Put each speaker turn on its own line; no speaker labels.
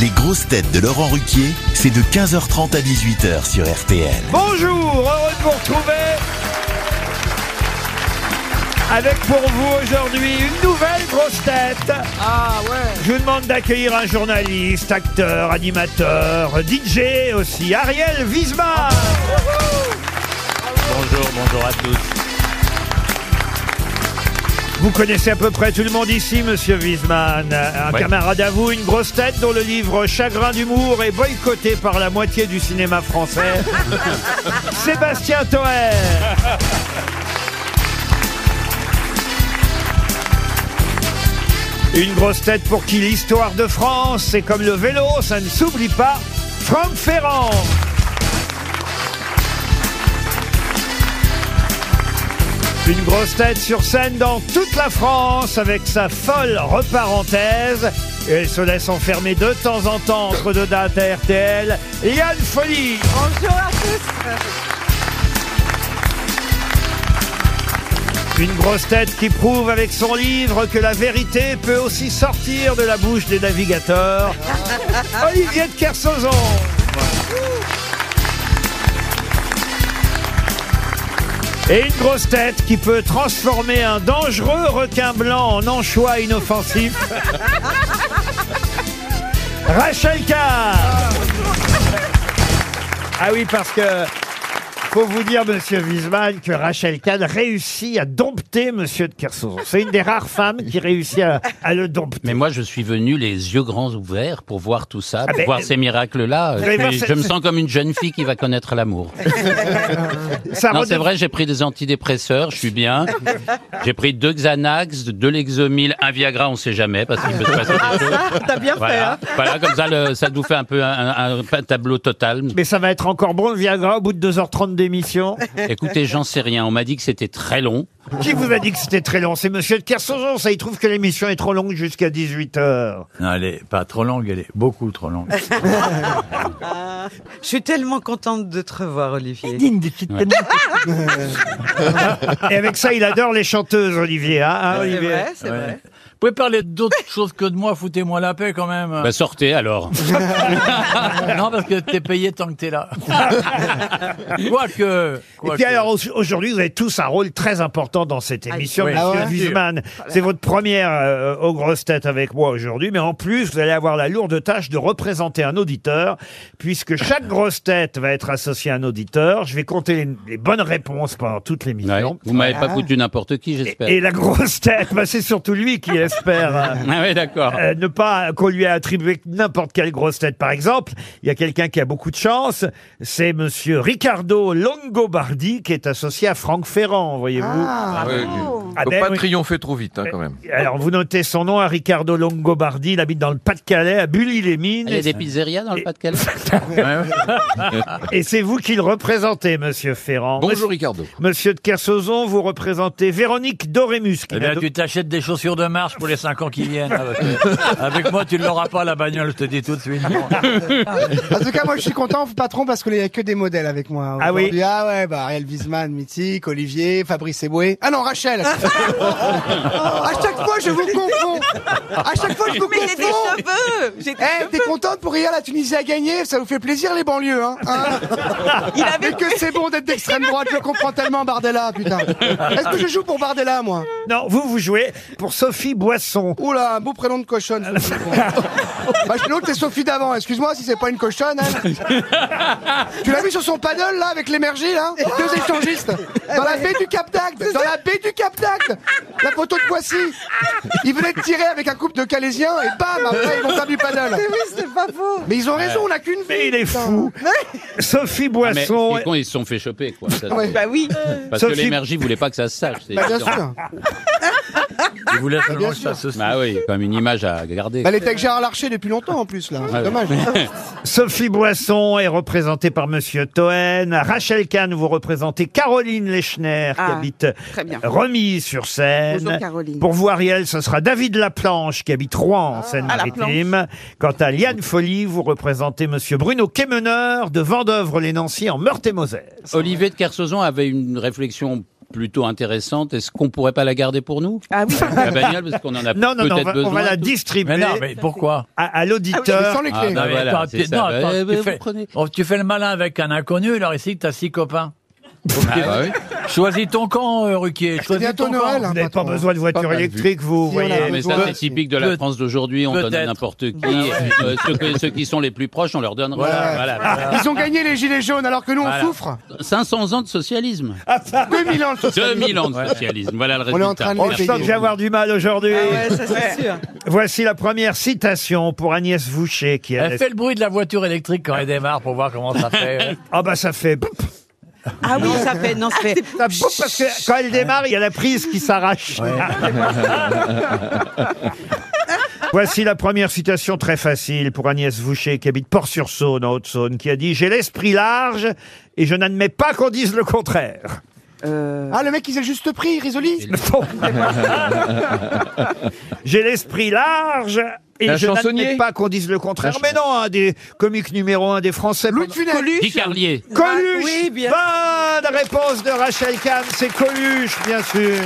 Les grosses têtes de Laurent Ruquier, c'est de 15h30 à 18h sur RTL.
Bonjour, heureux de vous retrouver avec pour vous aujourd'hui une nouvelle grosse tête.
Ah ouais
Je vous demande d'accueillir un journaliste, acteur, animateur, DJ aussi, Ariel Wiesmann.
Bonjour, bonjour à tous.
Vous connaissez à peu près tout le monde ici, monsieur Wiesmann. Un
Ouais.
camarade à vous, une grosse tête dont le livre Chagrin d'humour est boycotté par la moitié du cinéma français. Sébastien Toer. Une grosse tête pour qui l'histoire de France, c'est comme le vélo, ça ne s'oublie pas. Franck Ferrand. Une grosse tête sur scène dans toute la France avec sa folle reparenthèse. Et elle se laisse enfermer de temps en temps entre deux dates à RTL. Yann Folie.
Bonjour à tous
Une grosse tête qui prouve avec son livre que la vérité peut aussi sortir de la bouche des navigateurs. Olivier de Kersauzon. Et une grosse tête qui peut transformer un dangereux requin blanc en anchois inoffensif. Rachel Carr. Ah oui, parce que faut vous dire, monsieur Wiesmann, que Rachel Kahn réussit à dompter monsieur de Kersauzon. C'est une des rares femmes qui réussit à, à le dompter.
Mais moi, je suis venu les yeux grands ouverts pour voir tout ça, pour
ben,
voir
euh,
ces miracles-là.
vous allez voir,
Je,
c'est-
je me
c'est-
sens comme une jeune fille qui va connaître l'amour.
Ça
Non,
redonne-
c'est vrai, j'ai pris des antidépresseurs, je suis bien. J'ai pris deux Xanax, deux Lexomil, un Viagra, on sait jamais, parce qu'il peut se passer des choses.
T'as bien fait,
Ah,
Voilà,
hein
Voilà, comme ça, le- ça nous fait un peu un, un- un tableau total.
Mais ça va être encore bon le Viagra au bout de 2h30 d'émission.
Écoutez, j'en sais rien. On m'a dit que c'était très long.
Qui vous a dit que c'était très long C'est monsieur de Kersauzon, ça il trouve que l'émission est trop longue jusqu'à 18h.
Non, elle est pas trop longue, elle est beaucoup trop longue.
Je suis tellement contente de te revoir, Olivier.
Et avec ça, il adore les chanteuses, Olivier. hein, hein,
C'est
Olivier
vrai, c'est vrai.
Vous pouvez parler d'autres choses que de moi, foutez-moi la paix quand même.
Bah, sortez alors.
non, parce que t'es payé tant que t'es là. Quoique.
Et puis alors au- aujourd'hui, vous avez tous un rôle très important dans cette émission,
oui.
Monsieur
Ah ouais
Wiesmann. C'est votre première euh, aux grosses têtes avec moi aujourd'hui, mais en plus, vous allez avoir la lourde tâche de représenter un auditeur, puisque chaque grosse tête va être associée à un auditeur. Je vais compter les, les bonnes réponses pendant toute
Ouais.
l'émission.
Vous m'avez pas foutu n'importe qui, j'espère.
Et la grosse tête, bah, c'est surtout lui qui espère. euh,
Ah ouais, d'accord.
euh, ne pas qu'on lui ait attribué n'importe quelle grosse tête. Par exemple, il y a quelqu'un qui a beaucoup de chance, c'est Monsieur Ricardo Longobardi qui est associé à Franck Ferrand, voyez-vous.
Ouais,
Ah
Faut
ben
pas
oui.
triompher trop vite, hein, quand même.
Alors vous notez son nom à Ricardo Longobardi, il habite dans le Pas-de-Calais, à Bully-les-Mines,
Ah, Il y a
et,
des pizzerias dans le Pas-de-Calais
et c'est vous qui le représentez, Monsieur Ferrand.
Bonjour Ricardo.
Monsieur, Monsieur de Kersauzon, vous représentez Véronique Dorémus. qui
Eh
n'a
bien,
d'au-
tu t'achètes des chaussures de marche pour les 5 ans qui viennent. Avec, avec moi, tu ne l'auras pas, la bagnole, je te dis tout de suite.
En tout cas, moi, je suis content, patron, parce qu'il n'y a que des modèles avec moi.
Ah oui.
aujourd'hui. Ah ouais, bah, Ariel Wiesman, mythique, Olivier, Fabrice Eboué. Ah non, Rachel. à chaque fois, je vous confonds. À chaque fois, je vous
Mais j'ai des
confonds.
cheveux J'ai
Eh,
des cheveux.
t'es contente pour hier, la Tunisie a gagné, ça vous fait plaisir les banlieues, hein, hein
Il avait
Mais que c'est bon d'être d'extrême droite, je le comprends tellement Bardella, putain. Est-ce que je joue pour Bardella, moi
Non, vous, vous jouez pour Sophie Boisson.
Oula, un beau prénom de cochonne. Sophie. bah, je- l'autre, c'est Sophie d'avant. Excuse-moi si c'est pas une cochonne. elle. tu l'as vu sur son paddle, là, avec l'émergie, là
Eh
Deux échangistes. Dans la baie du Cap d'Agde. Dans la baie du Cap d'Agde. La photo de Boissy. Ils venaient de tirer avec un couple de Calaisiens et bam, après, ils vont faire du paddle.
Mais oui, c'est pas faux
Mais ils ont raison, on n'a qu'une vie.
Mais il est
putain.
fou. Sophie
Ah, Mais
Boisson.
ils, ils se sont fait choper, quoi. Ça, c'est-
Ouais.
Bah oui
Parce que
Sophie-
l'énergie voulait pas que ça se sache. c'est
Bah, bien
évident.
sûr.
Je voulais seulement
bien
que je fasse ceci.
Bah oui, il y a quand même une image à garder.
Bah, Elle était avec Gérard Larcher depuis longtemps, en plus, là. C'est dommage.
Sophie Boisson est représentée par Monsieur Toen. Rachel Kahn, vous représentez Caroline Lechner, qui
Ah,
habite
très bien.
Euh,
Remise sur Seine.
Bonjour, Caroline.
Pour vous, Ariel, ce sera David Laplanche, qui habite
Ah.
Rouen, en Seine-Maritime. Quant à Liane Folly, vous représentez Monsieur Bruno Quémeneur, de Vendœuvre-les-Nancy, en Meurthe-et-Moselle.
Olivier de Kersauzon avait une réflexion plutôt intéressante. Est-ce qu'on pourrait pas la garder pour nous
Ah oui.
La bagnole, parce qu'on en a
Non, non, non, on
peut-être
va, on
besoin.
va la
tout.
Mais
distribuer
non, mais pourquoi
à, à
Mais
l'auditeur.
sans les
Ah,
clés.
bah,
Non, mais
voilà,
attends,
c'est
tu-
ça.
non,
Bah,
attends,
eh,
tu,
bah,
fais,
vous prenez.
oh, tu fais le malin avec un inconnu, alors ici, t'as six copains.
Ah, oui.
Choisis ton camp, euh, Ruquier.
C'est
Choisis
bientôt
ton camp.
Noël. hein,
Vous n'avez pas
patron.
besoin de voiture
mal vu.
électrique, vous,
Si,
voyez.
voilà.
Ah, mais ça,
Peut-
c'est typique de la
peut-
France d'aujourd'hui. On donne à
peut-être.
n'importe
Ah,
qui. Euh, ceux, que- ceux qui sont les plus proches, on leur donne.
Voilà,
Voilà.
Ils ont gagné les gilets jaunes alors que nous
Voilà.
on souffre.
500 ans de socialisme.
Ah,
2000 ans. le socialisme.
2000 ans de socialisme. Voilà le
On
résultat.
est en train de
On
les
sent que je vais avoir du mal aujourd'hui.
Eh.
Ah ouais, ça c'est sûr.
Voici la première citation pour Agnès Voucher qui a...
Elle fait le bruit de la voiture électrique quand elle démarre pour voir comment ça fait.
Ah bah ça fait...
Ah oui, ça fait. Non, ça fait.
Ça boum, parce que quand elle démarre, il y a la prise qui s'arrache. Voici la première citation très facile pour Agnès Voucher qui habite Port-sur-Saône en Haute-Saône qui a dit j'ai l'esprit large et je n'admets pas qu'on dise le contraire.
Euh,
Ah le mec il s'est juste pris, Risoli.
j'ai l'esprit large et
Un
je n'admets
chansonnier
pas qu'on dise le contraire. Mais non, un des comiques numéro un des Français.
Louis de Funès.
Guy Carlier.
Coluche
Oui, bien.
Bonne réponse de Rachel Kahn, c'est Coluche, bien sûr.